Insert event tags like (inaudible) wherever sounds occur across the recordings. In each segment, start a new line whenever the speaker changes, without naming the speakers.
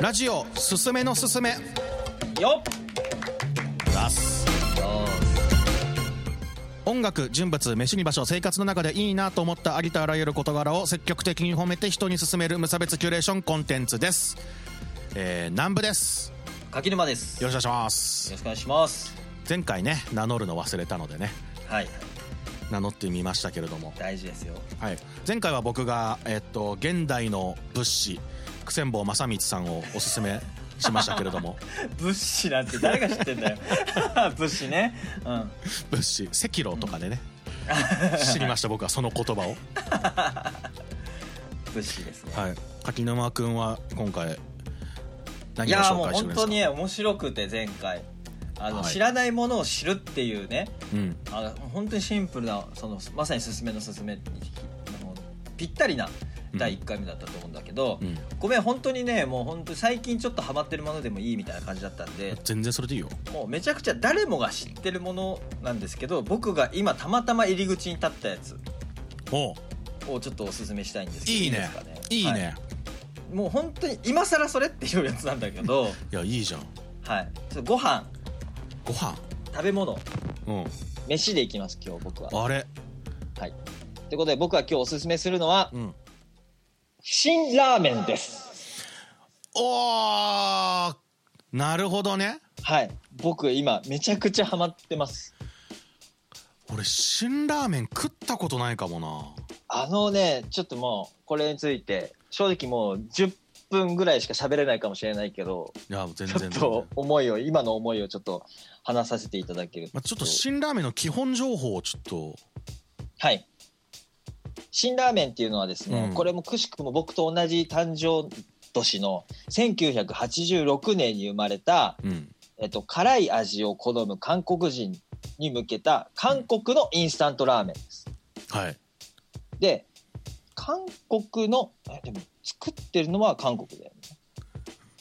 ラジオすすめのすすめ
よ
出す音楽人物飯に場所生活の中でいいなと思ったありとあらゆる事柄を積極的に褒めて人に勧める無差別キュレーションコンテンツですえー、南部です
っ柿沼です
よ
よ
ろしくお願いします
ろしくお願いします
前回ね名乗るの忘れたのでね
はい
名乗ってみましたけれども
大事です (laughs) よ
はい、前回は僕が、えっと、現代の物資久千坊正光さんをおすすめしましたけれども (laughs)
物資なんて誰が知って (laughs) んだよ物資ねうん
物資赤炉とか (laughs) でね知りました僕はその言葉を、
物資ですね、
はい、柿沼君は今回
い、
何を
やーも
紹
う
介してくれるんで
本
す
当
か
にね面白くて前回あの、
はい
知らないものを知るっていうね
うん
あの本当にシンプルなそのまさに「すすめのすすめ」にあのぴったりな第1回目だったと思うんだけど、
うん、
ごめん本当にねもう本当に最近ちょっとハマってるものでもいいみたいな感じだったんで
全然それでいいよ
もうめちゃくちゃ誰もが知ってるものなんですけど僕が今たまたま入り口に立ったやつ
おう
をちょっとおすすめしたいんですけど
いいね
ですかね
いいね、い
は、もう本当に今更それっていうやつなんだ
(laughs)
けど
やいいじゃん
はいちょっとご飯
ご飯
食べ物
うん
飯でいきます今日僕は
あれ
はいということで僕が今日おすすめするのは
うん
新ラーメンです
おーなるほどね
はい僕今めちゃくちゃハマってます
俺辛ラーメン食ったことないかもな
あのねちょっともうこれについて正直もう10分ぐらいしか喋れないかもしれないけど
いや全然
ちょ
全
っ
然
と思いを今の思いをちょっと話させていただける
まあ、ちょっと辛ラーメンの基本情報をちょっと
はい辛ラーメンっていうのはですね、
うん
これもくしくも僕と同じ誕生年の1986年に生まれた、
うん
えっと、辛い味を好む韓国人に向けた韓国のインスタントラーメンです。
はい
で韓国のえでも作ってるのは韓国だよね。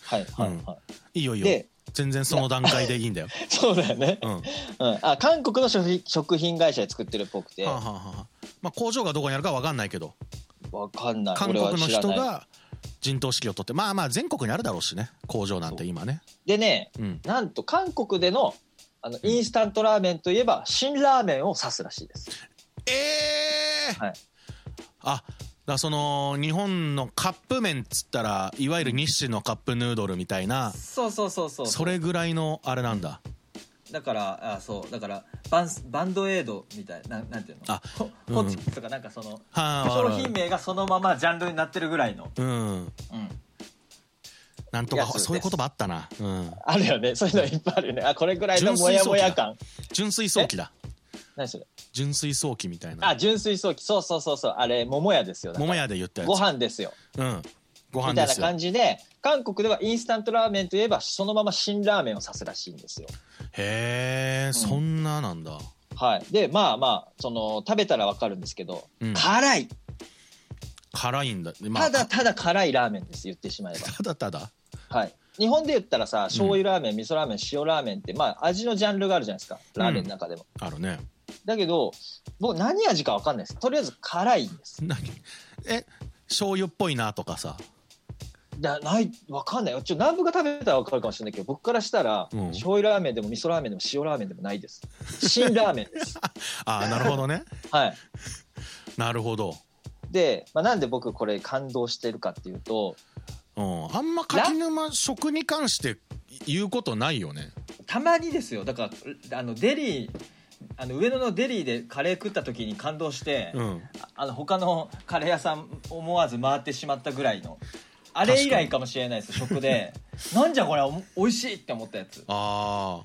はいはい
うん
はい
いよい。いよ
で
全然その段階でいいんだよ、
そうだよね。
うん、は
うん、あ韓国の食品食品会社で作ってるっぽくて。
あ、はあはあまあ、工場がどこにあるかわかんないけど
わかんない。
韓
俺
国
は
の
知ら
人
ない。
が陣頭指揮を取ってまあまあ全国にあるだろうしね工場なんて今ね
でね、
うん
なんと韓国でのあのインスタントラーメンといえば辛ラーメンを指すらしいです。
ええー
はい
あだからその日本のカップ麺っつったらいわゆる日清のカップヌードルみたいな
そうそうそうそう。
それぐらいのあれなんだ
だからあそうだからバンスバンドエイドみたいななんていうの？
あ
ホ
うん
ホチキスとかなんかその
はあ
商品名がそのままジャンルになってるぐらいの。
うん
うん。
なんと
やつ
か
です
そういう言葉あったな、うん、
あるよね。そういうのいっぱいあるよね。あこれぐらいのモヤモヤ感。
純水早期だ
何それ？
純水早期みたいな
あ純水ソーキ。そうそうそうそう。あれ桃屋ですよ。だから
桃屋で言ったやつ
ご飯ですよ。
うんご飯
み
で
たいな
すよ
感じで韓国ではインスタントラーメンといえばそのまま辛ラーメンを指すらしいんですよ。
へえ、そんななんだ
はい、でまあまあその食べたらわかるんですけど、
うん
辛い
辛いんだ、ま
た
あ、
だただ辛いラーメンです言ってしまえ
ただただ (laughs)
ば、はい、日本で言ったらさ醤油ラーメン味噌ラーメン塩ラーメンって、まあ、味のジャンルがあるじゃないですかラーメンの中でも、
あるね
だけど僕何味かわかんないですとりあえず辛いんです
何え醤油っぽいなとかさ
なないわかんないよちょ南部が食べたらわかるかもしれないけど僕からしたら、
うん
醤油ラーメンでも味噌ラーメンでも塩ラーメンでもな
(laughs)
いです辛ラーメンです
あーなるほどね
はい
なるほど
で、まあ、なんで僕これ感動してるかっていうと
うんあんま柿沼食に関して言うことないよね
たまにですよだからあのデリーあの上野のデリーでカレー食った時に感動して、
うん
あの他のカレー屋さん思わず回ってしまったぐらいのあれ以来かもしれないです
(laughs)
食でなんじゃこれおも美味しいって思ったやつ
あ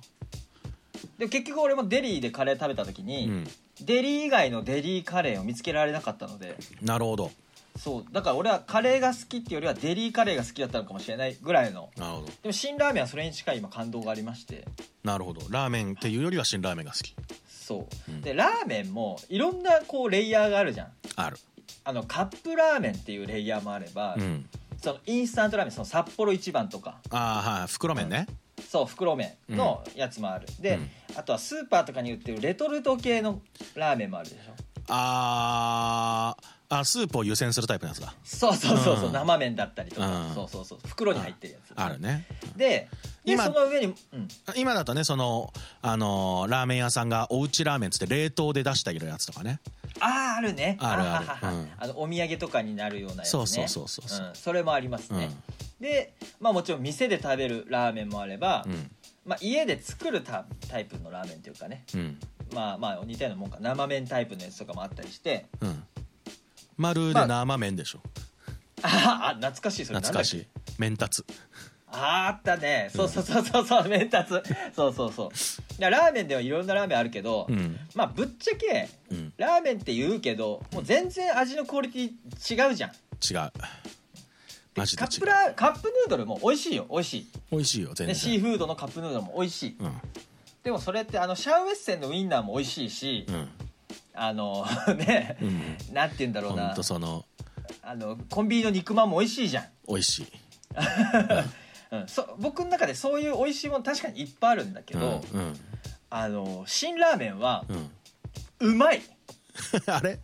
で結局俺もデリーでカレー食べた時
あう
に、
ん
デリー以外のデリーカレーを見つけられなかったので
なるほど
そうだから俺はカレーが好きっていうよりはデリーカレーが好きだったのかもしれないぐらいの
なるほど
でも辛ラーメンはそれに近い今感動がありまして
なるほどラーメンっていうよりは辛ラーメンが好き
そう、
うん
でラーメンもいろんなこうレイヤーがあるじゃん
ある
あのカップラーメンっていうレイヤーもあれば、
うん
そのインスタントラーメンその札幌一番とか
ああはい袋麺ね
そう袋麺のやつもある、で、
うん
あとはスーパーとかに売ってるレトルト系のラーメンもあるでしょ
あーあスープを湯煎するタイプのやつだ
そうそうそうそう、
うん
生麺だったりとか、
うん
そうそうそう袋に入ってるやつ
あるね
でで
今
その上に、うん、
今だとねその、あのーラーメン屋さんがおうちラーメンっつって冷凍で出しているやつとかね
あーあるね
あるある
ははは
うん
あのお土産とかになるようなやつね
そうそうそうそうそうん
それもありますね、でまあもちろん店で食べるラーメンもあれば、
うん
まあ、家で作るタタイプのラーメンというかね
うん
まあまあ似たようなもんか生麺タイプのやつとかもあったりして
うん丸で生麺でしょ、
ああ懐かしいそれ
懐かし
い
い麺達
あーあったねそうそうそうそうそう麺達そうそうそういやラーメンではいろんなラーメンあるけど、
うん
まあぶっちゃけ
うん
ラーメンって言うけどもう全然味のクオリティ違うじゃん
違うマジで
カ
違
ップ
う
ラカップヌードルも美味しいよ美味しい、
美味しいよ全
ね、シー
然
フードのカップヌードルも美味しい
うん
でもそれってあのシャウエッセンのウインナーも美味しいし、
うん
あの (laughs) ね、
うん
なんて言うんだろう
ほん
な
とその
あのコンビニの肉まんも美味しいじゃ
美味しい
ん、うん、そ僕の中でそういう美味しいもの確かにいっぱいあるんだけ
うん
ど、
うん
あの辛ラーメンは
うん (laughs)
うまい、
あれ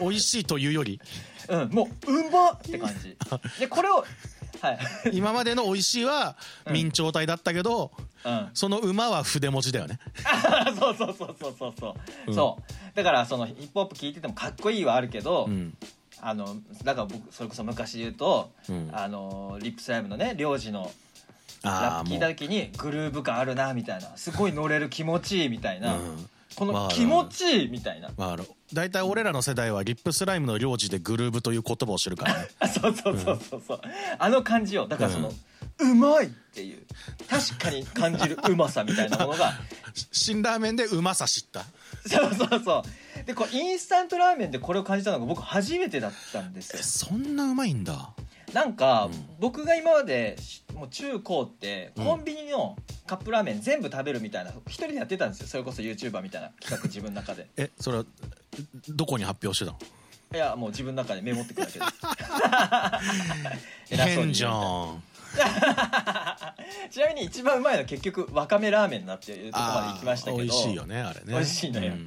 美味しいというより
うん、もううんまって感
(laughs)
じでこれをはい、
今までの美味しいは
うん
明朝体だったけど、
うん、 (laughs)
その馬は筆文字だよね
そうそうそうそうそうそう、
うん
そうだからそのヒップホップ聞いててもかっこいいはあるけど、
うん
あのだから僕それこそ昔で言うと、
うん
あのリップスライムのね領事の
あ
ラ
あ
ップ聞
も
いた
う
時にグルーヴ感あるなみたいなすごい乗れる気持ちいいみたいな、
うん
こ
ま
の
あ
気持ちいいみたいな、
まああの大体俺らの世代はリップスライムの領事でグルーブという言葉を知るから
(laughs)
ね
そうそうそうそうそうあの感じをだからその、うまいっていう確かに感じるうまさみたいなも
(laughs)
のが
辛ラーメンでうまさ知った
そうそうそうでこうインスタントラーメンでこれを感じたのが僕初めてだったんですよ
えそんなうまいんだ
なんか、
うん
僕が今までしもう中高って
うん
コンビニのカップラーメン全部食べるみたいな一人でやってたんですよそれこそ YouTuber みたいな企画自分の中で
えそれはどこに発表してたの
いやもう自分の中でメモってくだけど偉そう
変
に
じ
言
ゃ
うみたいなん (laughs) ちなみに一番うまいのは結局わかめラーメンだっていうとこまで行きましたけど
あー美味しいよねあれね
美味しいのよ
うん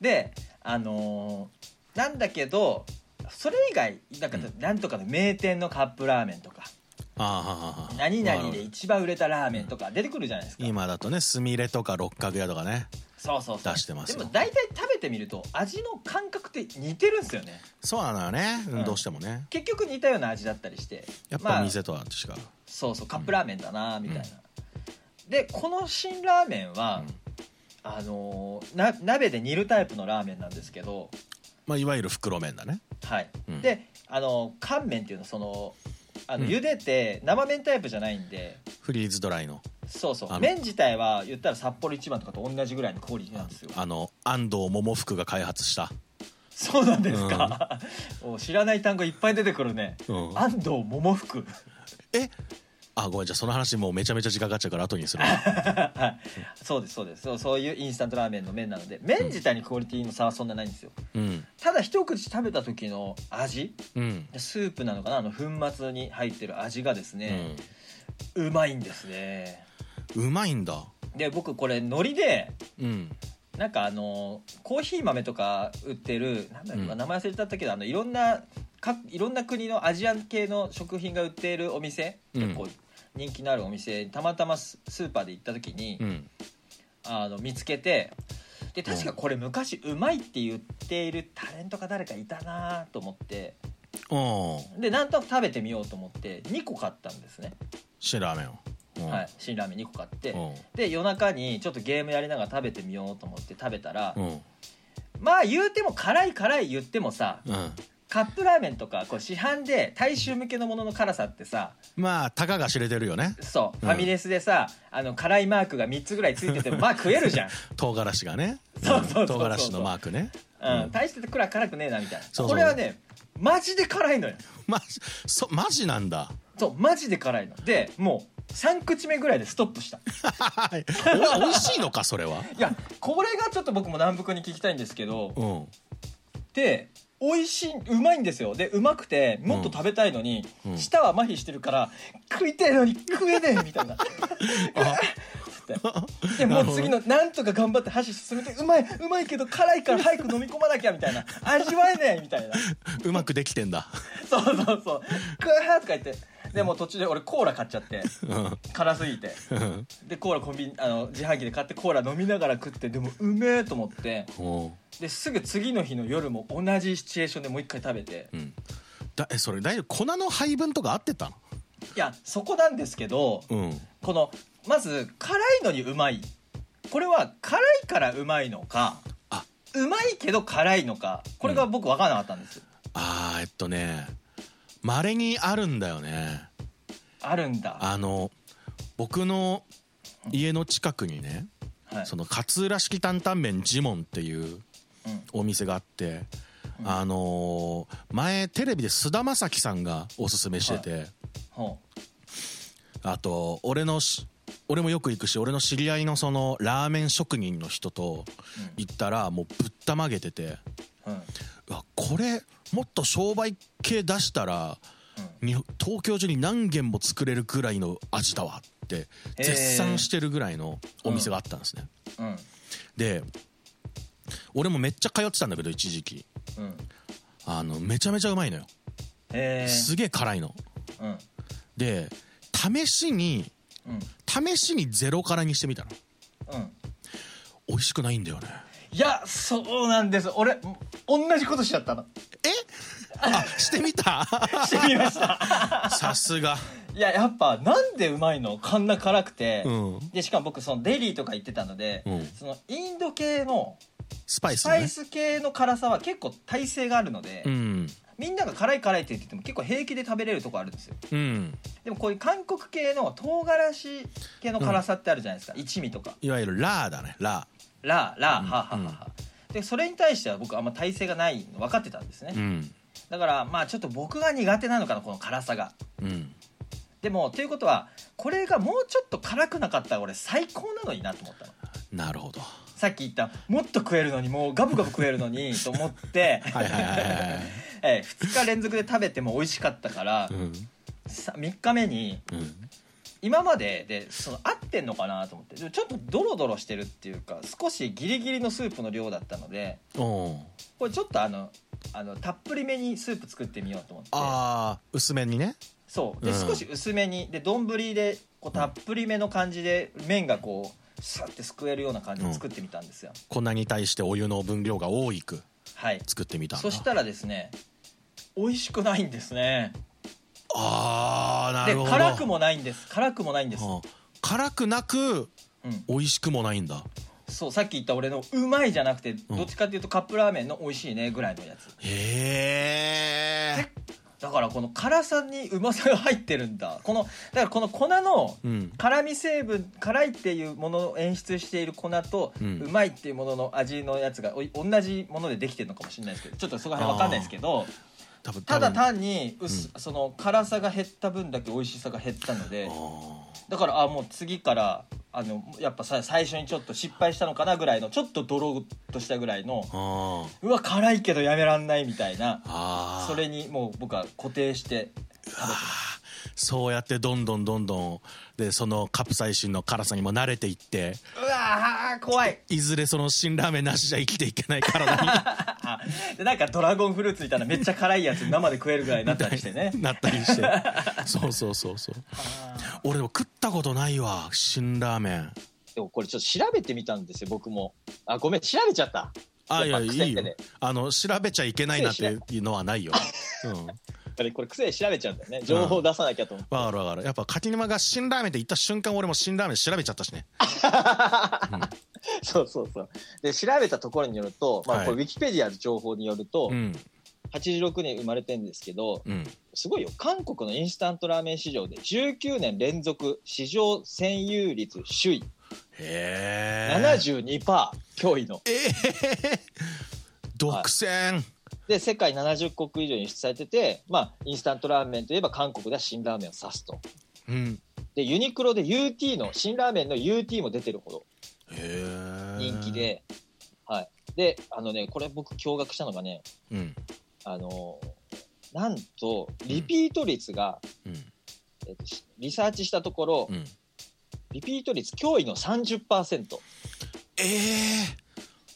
であのーなんだけどそれ以外なんか、
うん
なんとかの名店のカップラーメンとか
あーはーはーはー
何々で一番売れたラーメンとか出てくるじゃないですか、
今だとねすみれとか六角屋とかね
そうそうそう
出してますよ
でも大体食べてみると味の感覚って似てるんですよね
そうなのよね、うん
うん
どうしてもね
結局似たような味だったりして
やっ
ま
ぱ
あ
店とは違う、
そうそうカップラーメンだなみたいな、でこの辛ラーメンは、
うん
あのーな鍋で煮るタイプのラーメンなんですけど
まあ、いわゆる袋麺だね
はい、
うん
であのー乾麺っていうのそのあの
うん
茹でて生麺タイプじゃないんで、
フリーズドライの
そうそ
あ
う
の
麺自体は言ったら札幌一番とかと同じぐらいのクオリティなんですよ
あの安藤桃福が開発した、
そうなんですか、 (laughs) もう知らない単語いっぱい出てくるね安藤桃福 (laughs)
えあごめんじゃあその話もうめちゃめちゃ時間かかっちゃうから後にする
(laughs)
わ
そうですそうですそうそういうインスタントラーメンの麺なので麺自体にクオリティの差はそんなないんですよ
うん
ただ一口食べた時の味
うん
スープなのかなあの粉末に入ってる味がです
う
ね、
ん
うまいんですね
うまいんだ
で僕これ海苔で
うん
なんかあのコーヒー豆とか売ってるなんだろう、
うん
名前忘れちゃったけどあのいろんな各いろんな国のアジアン系の食品が売っているお店、
うん
結構人気のあるお店にたまたまススーパーで行った時に、
うん
あの見つけてで確かこれ昔うまいって言っているタレントか誰かいたなと思って
おー
でなんとなく食べてみようと思って2個買ったんですね、
辛ラーメンをうん
はい、辛ラーメン2個買って
うん
で夜中にちょっとゲームやりながら食べてみようと思って食べたら
うん
まあ言うても辛い辛い言ってもさ
うん
カップラーメンとかこう市販で大衆向けのものの辛さってさ
まあたかが知れてるよね
そうフ
うん
ァミレスでさあの辛いマークが3つぐらいついててもまあ食えるじゃん、
唐辛子がね
そうそうそうそうん
唐辛子のマークね
うん
うん
大して辛辛くねえなみたいな
そうそう
これはねマジで辛いのよ
まそマジなんだ (laughs)
そうマジで辛いのでもう3口目ぐらいでストップした
お美味しいのかそれはい
やこれがちょっと僕も南北に聞きたいんですけど
うん
で美味しいうまいんですよでうまくてもっと食べたいのに、
うん
舌は麻痺してるから食いたいのに食えねえみたい
あ
なって (laughs) でもう次のなんとか頑張って箸進めてうまいうまいけど辛いから早く飲み込まなきゃみたいな味わえないみたいな
うまくできてんだ
そうそうそうクーとか言ってでもう途中で俺コーラ買っちゃって
うん
辛すぎて
うん
でコーラコンビニあの自販機で買ってコーラ飲みながら食ってでもうめえと思って
おう
ですぐ次の日の夜も同じシチュエーションでもう一回食べて
うんだえそれ大丈夫粉の配分とか合ってた
いやそこなんですけど
のうん
このまず辛いのにうまいこれは辛いからうまいのか
あ
うまいけど辛いのかこれが僕分からなかったんです、
あーえっとねまれにあるんだよね
あるんだ
あの僕の家の近くにね
はい
その勝浦式担々麺ジモンっていう
うん
お店があって、あのー前テレビで菅田将暉さんがおすすめしてて、
ほう
あと俺のし俺もよく行くし俺の知り合いのそのラーメン職人の人と行ったらもうぶったまげてて
うんうん
うわこれもっと商売系出したらに東京中に何軒も作れるぐらいの味だわって
へー
絶賛してるぐらいのお店があったんですね、
うん
で俺もめっちゃ通ってたんだけど一時期
うん
あのめちゃめちゃうまいのよ
へえ
すげえ辛いの
うん
で試しに
うん
試しにゼロ辛にしてみたの
うん
美味しくないんだ (laughs) よね
いやそうなんです俺同じことしちゃったの
(laughs) えあしてみ (laughs) た
してみました
さすが
いややっぱなんでうまいのこんな辛くて、
うん
でしかも僕そのデリーとか行ってたので、
うん
そのインド系の
スパイス,、
スパ
ね、
イス系の辛さは結構耐性があるので、
うん
みんなが辛い辛いって言ってても結構平気で食べれるとこあるんですよ
うん
でもこういう韓国系の唐辛子系の辛さってあるじゃないですか、一味とか
いわゆるラーだねラ
ラーラー、
うん
ハーハーハーハーでそれに対しては僕あんま耐性がないの分かってたんですね、
ーうん
だからまあちょっと僕が苦手なのかなこの辛さが
うん
でもということはこれがもうちょっと辛くなかったら俺最高なのになと思ったの
なるほど
さっき言ったもっと食えるのにもうガブガブ食えるのにと
(laughs)
思って、
はいはいはいはいはい
え2日連続で食べても美味しかったから
うん
3日目に
うん
今まででその合ってんのかなと思ってでもちょっとドロドロしてるっていうか少しギリギリのスープの量だったので
おう
これちょっとあのあのたっぷりめにスープ作ってみようと思って
ああ薄めにね
そうで
うん
少し薄めにで丼でこうたっぷりめの感じで麺がこうスッてすくえるような感じで作ってみたんですよ、
粉に対してお湯の分量が多いく
はい
作ってみたんだ
そしたらですね美味しくないんですね
ああな
で
るほど
辛くもないんです辛くもないんです、
うん辛くなく
うん、
美味しくもないんだ
そうさっき言った俺のうまいじゃなくて
うん
どっちかっていうとカップラーメンの美味しいねぐらいのやつ
へえ
だからこの辛さにうまさが入ってるんだこのだからこの粉の
うん
辛み成分辛いっていうものを演出している粉と、
う
うんまいっていうものの味のやつがおい同じものでできてるのかもしれないですけどちょっとそこら辺わかんないですけど
多分
ただ
多分
単に薄、その辛さが減った分だけ美味しさが減ったので
あ
だからあもう次からあのやっぱさ最初にちょっと失敗したのかなぐらいのちょっとドロッとしたぐらいの
ーあー
うわ辛いけどやめらんないみたいな
あー
それにもう僕は固定して
あーそうやってどんどんどんどんでそのカプサイシンの辛さにも慣れていって
うわー怖い
いずれその辛ラーメンなしじゃ生きていけない体
(laughs)
に
あ (laughs) でなんかドラゴンフルーツみたいなめっちゃ辛いやつ生で食えるぐらいになったりしてね
(laughs) なったりしてそうそうそうそう
あ
俺でも食ったことないわ辛ラーメン
ー (laughs) でもこれちょっと調べてみたんですよ僕もあごめん調べちゃった
あいや
やっぱ
い
癖
いよ
で
あの調べちゃいけないなっていうのはない
(laughs)
よ、うん、
あれこれ癖で調べちゃうんだよね情報出さなきゃと思って、
わかるわかるやっぱ柿沼が辛ラーメンって言った瞬間俺も辛ラーメン調べちゃったしね
(laughs) そうそうそうで調べたところによると、ま
は
あ、
い
これウィキペディアの情報によると、
うん
86年生まれてんですけど
うん
すごいよ韓国のインスタントラーメン市場で19年連続市場占有率首位
へえ
72%驚異の
ええ独占
で世界70国以上に輸出されてて、まあ、インスタントラーメンといえば韓国では辛ラーメンを指すと
うん
でユニクロで UT の辛ラーメンの UT も出てるほど
へえ
人気で、はい、であのねこれ僕驚愕したのがね
うん
あのなんとリピート率が、
うん
えっとリサーチしたところ、
うん
リピート率驚異の30%
ええ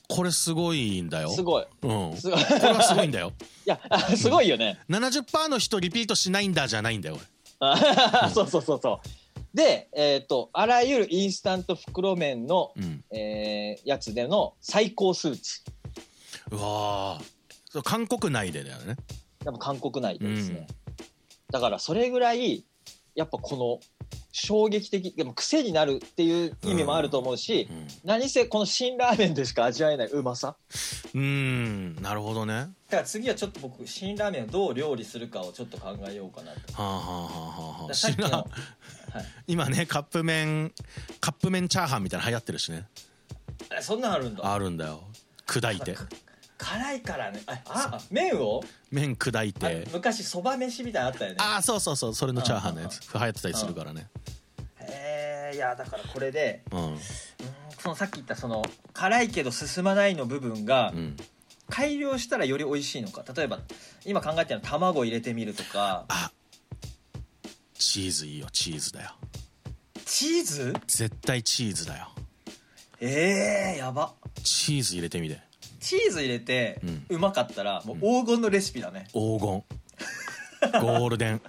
これすごいんだよ
すごい
うん、
すごいい
これはすごいんだよ
やあすごいよね
70%の人リピートしないんだじゃないんだよ
あ (laughs) そうそうそうそうでえっ、とあらゆるインスタント袋麺の、
俺うん
えーやつでの最高数値
うわーそう韓国内でだよね
やっぱ韓国内でですね、だからそれぐらいやっぱこの衝撃的でも癖になるっていう意味もあると思うし、
うん
何せこの辛ラーメンでしか味わえないうまさ
うーんなるほどねは
だから次はちょっと僕辛ラーメンをどう料理するかをちょっと考えようかなと
あはあはあはあ
さっきの
知らん今ねカップ麺カップ麺チャーハンみたいなの流行ってるしね
えそんなんあるんだ
あるんだよ砕いて
辛いからねああ麺を
麺砕い
あ
て
昔そば飯みたいなのあったよね
ああそうそうそうそれのチャーハンのやつ流行ってたりするからね
えーいやだからこれで
うん
うーんそのさっき言ったその辛いけど進まないの部分が
うん
改良したらより美味しいのか例えば今考えてるのは卵入れてみるとか
あチーズいいよチーズだよ
チーズ
絶対チーズだよ
えー、やば
チーズ入れてみて
チーズ入れて
うん
うまかったらもう黄金のレシピだね、
黄金
(laughs)
ゴールデン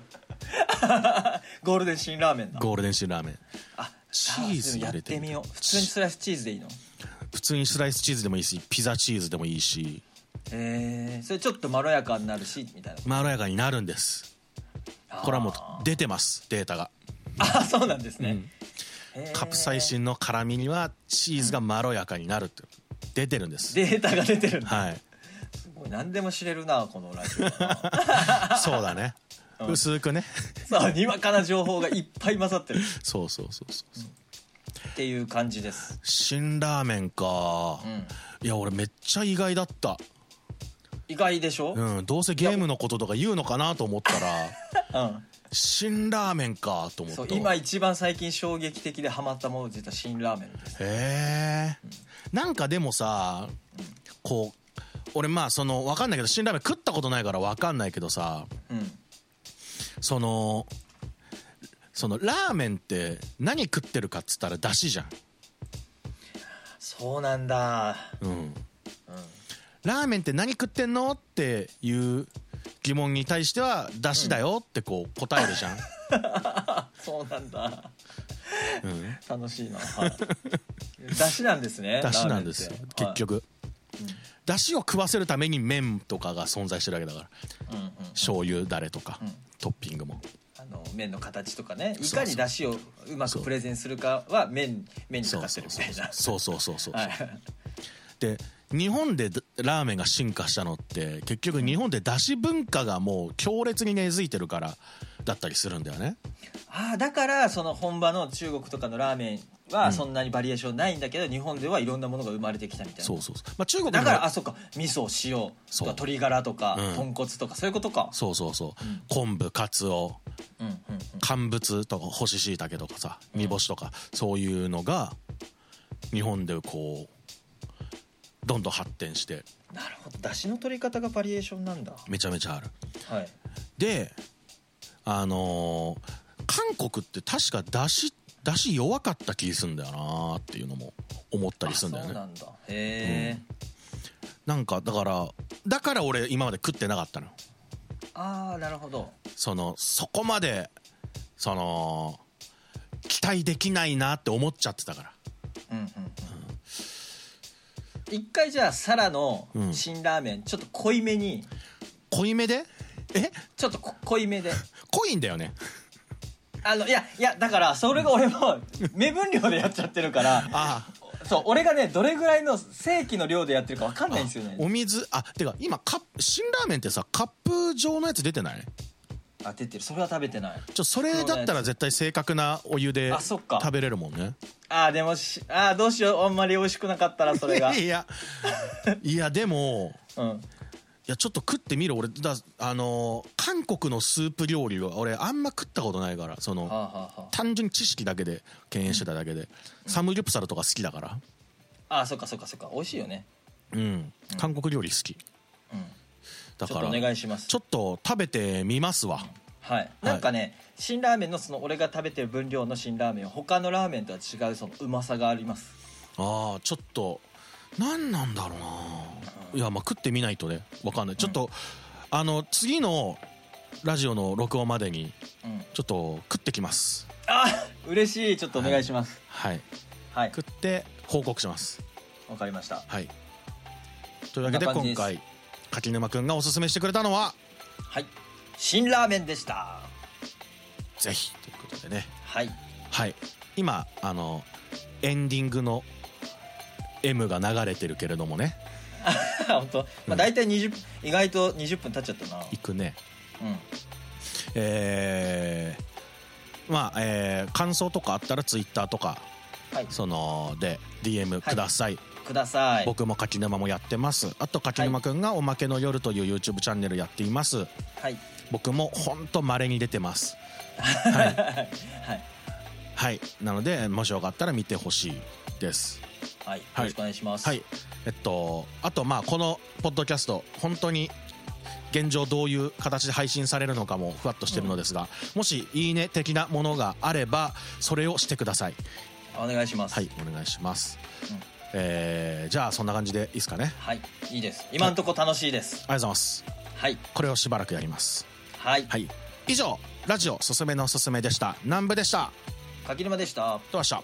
ゴールデン辛ラーメンだ
ゴールデンシーラーメン
あ
チーズ
や
入
っ
れて
て
み
み
た
よう普通にスライスチーズでいいの
普通にスライスチーズでもいいしピザチーズでもいいし
えー、それちょっとまろやかになるしみたい
まろやかになるんです
な
これはも
あ
う出てますデータが
ーあそうなんですね、へー
カプサイシンの辛みにはチーズがまろやかになるって出てるんです
データが出てるんだ
はい
すごい何でも知れるなこのラジオ (laughs) は
そうだね
うん
薄くね (laughs)
そうにわかな情報がいっぱい混ざってる
そうそうそうそう
っていう感じです
辛ラーメンか
うん
いや俺めっちゃ意外だった
意外でしょ、うん
うんどうせゲームのこととか言うのかなと思ったら辛ラーメンかと思った
そう
わ
今一番最近衝撃的でハマったもの実は辛ラーメンです
へえなんかでもさこう俺まあその分かんないけど辛ラーメン食ったことないから分かんないけどさ
うん
そのそのラーメンって何食ってるかっつったらだしじゃん、
そうなんだ
うん、
うん
ラーメンって何食ってんのっていう疑問に対してはだしだよってこう答えるじ
(laughs)
ゃん、
そうなんだ
うん、
楽しいな、はい、だしなんで
(laughs)
すね
だしなんですよ
ラーメンって
結局
うん
だしを食わせるために麺とかが存在してるわけだから
はいうんうん
醤油だれとか
うん
トッピングも
あの麺の形とかね
そ
い
うそ
か
う
にだしをうまくプレゼンするかは麺麺にか
そ
か
う
って
そう
るみ
そ
たいうな
そうそうそうそう
はい
で日本でだラーメンが進化したのって結局日本でだし文化がもう強烈に根付いてるからだったりするんだよね
ああだからその本場の中国とかのラーメン
う
は
ん
そんなにバリエーションないんだけど、日本ではいろんなものが生まれてきたみたいな
そうそうそう、まあ、中国で
だ
も
からあそっか味噌塩
そう
とか鶏ガラとか、
うん
豚骨とかそういうことか
そうそうそう、
うん
昆布かつお
うんうんうん
乾物とか干し椎茸とかさ煮干しとか、そういうのが日本でこうどんどん発展して
なるほどだしの取り方がバリエーションなんだ
めちゃめちゃある
はい
であのー韓国って確かだしだし弱かった気すんだよなっていうのも思ったりするんだよ
あ
ね
そう
な
なんだへえ、
んかだからだから俺今まで食ってなかったのよ
ああなるほど
そのそこまでその期待できないなって思っちゃってたから
うんうんうん一回じゃあサラの
うん
辛ラーメンちょっと濃いめに
濃いめでえ
ちょっとこ濃いめ
(laughs)
で
濃いんだよね
あのいやいやだからそれが俺も目分量でやっちゃってるから
あ
(laughs)
あ
そう俺がねどれぐらいの正規の量でやってるか分かんないんですよね
お水あてか今カップ辛ラーメンってさカップ状のやつ出てない
あ出てるそれは食べてない
ちょそれだったら絶対正確なお湯で
あそっか
食べれるもんね
あーでもしあーどうしようあんまり美味しくなか (laughs) ったらそれが
いやいやでも
うん
いやちょっと食ってみる俺だあのー韓国のスープ料理は俺あんま食ったことないからそ
はあ、
の
はあは
単純に知識だけで敬遠してただけで、サムギョプサルとか好きだから
あ、あーそっかそっかそっか美味しいよね
うん韓国料理好き
うん
だ
ち
か
ょっと
ら
お願いします
ちょっと食べてみますわ
はい、
はい
なんかね辛ラーメンのその俺が食べてる分量の辛ラーメンは他のラーメンとは違うそのうまさがあります
ああちょっと何なんだろうな、いやまあ食ってみないとねわかんないちょっと、あの次のラジオの録音までに
うん
ちょっと食ってきます
あ嬉しいちょっとお願いします
はい
はい
食って報告します
わかりました
はいというわけで
こんな感じで
今
す
回柿沼くんがおすすめしてくれたのは
はい辛ラーメンでした
ぜひということでね
はい
はい今あのエンディングの M が流れてるけれどもね
(laughs) 本当、まあ、大体20意外と20分経っちゃったな
行くね
うん
えーまあえー感想とかあったらツイッターとか
はい
そので DM ください、
ください
僕も柿沼もやってますあと柿沼くんが「おまけの夜」という YouTube チャンネルやっています
はい
僕もほんとまれに出てます
(laughs) はい
はいなのでもしよかったら見てほしいです
はいよ
はい
ろしくお願いします
はいえっとあとまあこのポッドキャスト本当に現状どういう形で配信されるのかもふわっとしてるのですが、もし「いいね」的なものがあればそれをしてください
お願いします
はい、お願いします。
うん
えーじゃあそんな感じでいいですかね。
はいいいです今んとこ楽しいです
ありがとうございます。
はい
これをしばらくやります。
はい
はい。以上、ラジオすすめのすすめでした。南部でした。
柿沼でした
どうでした。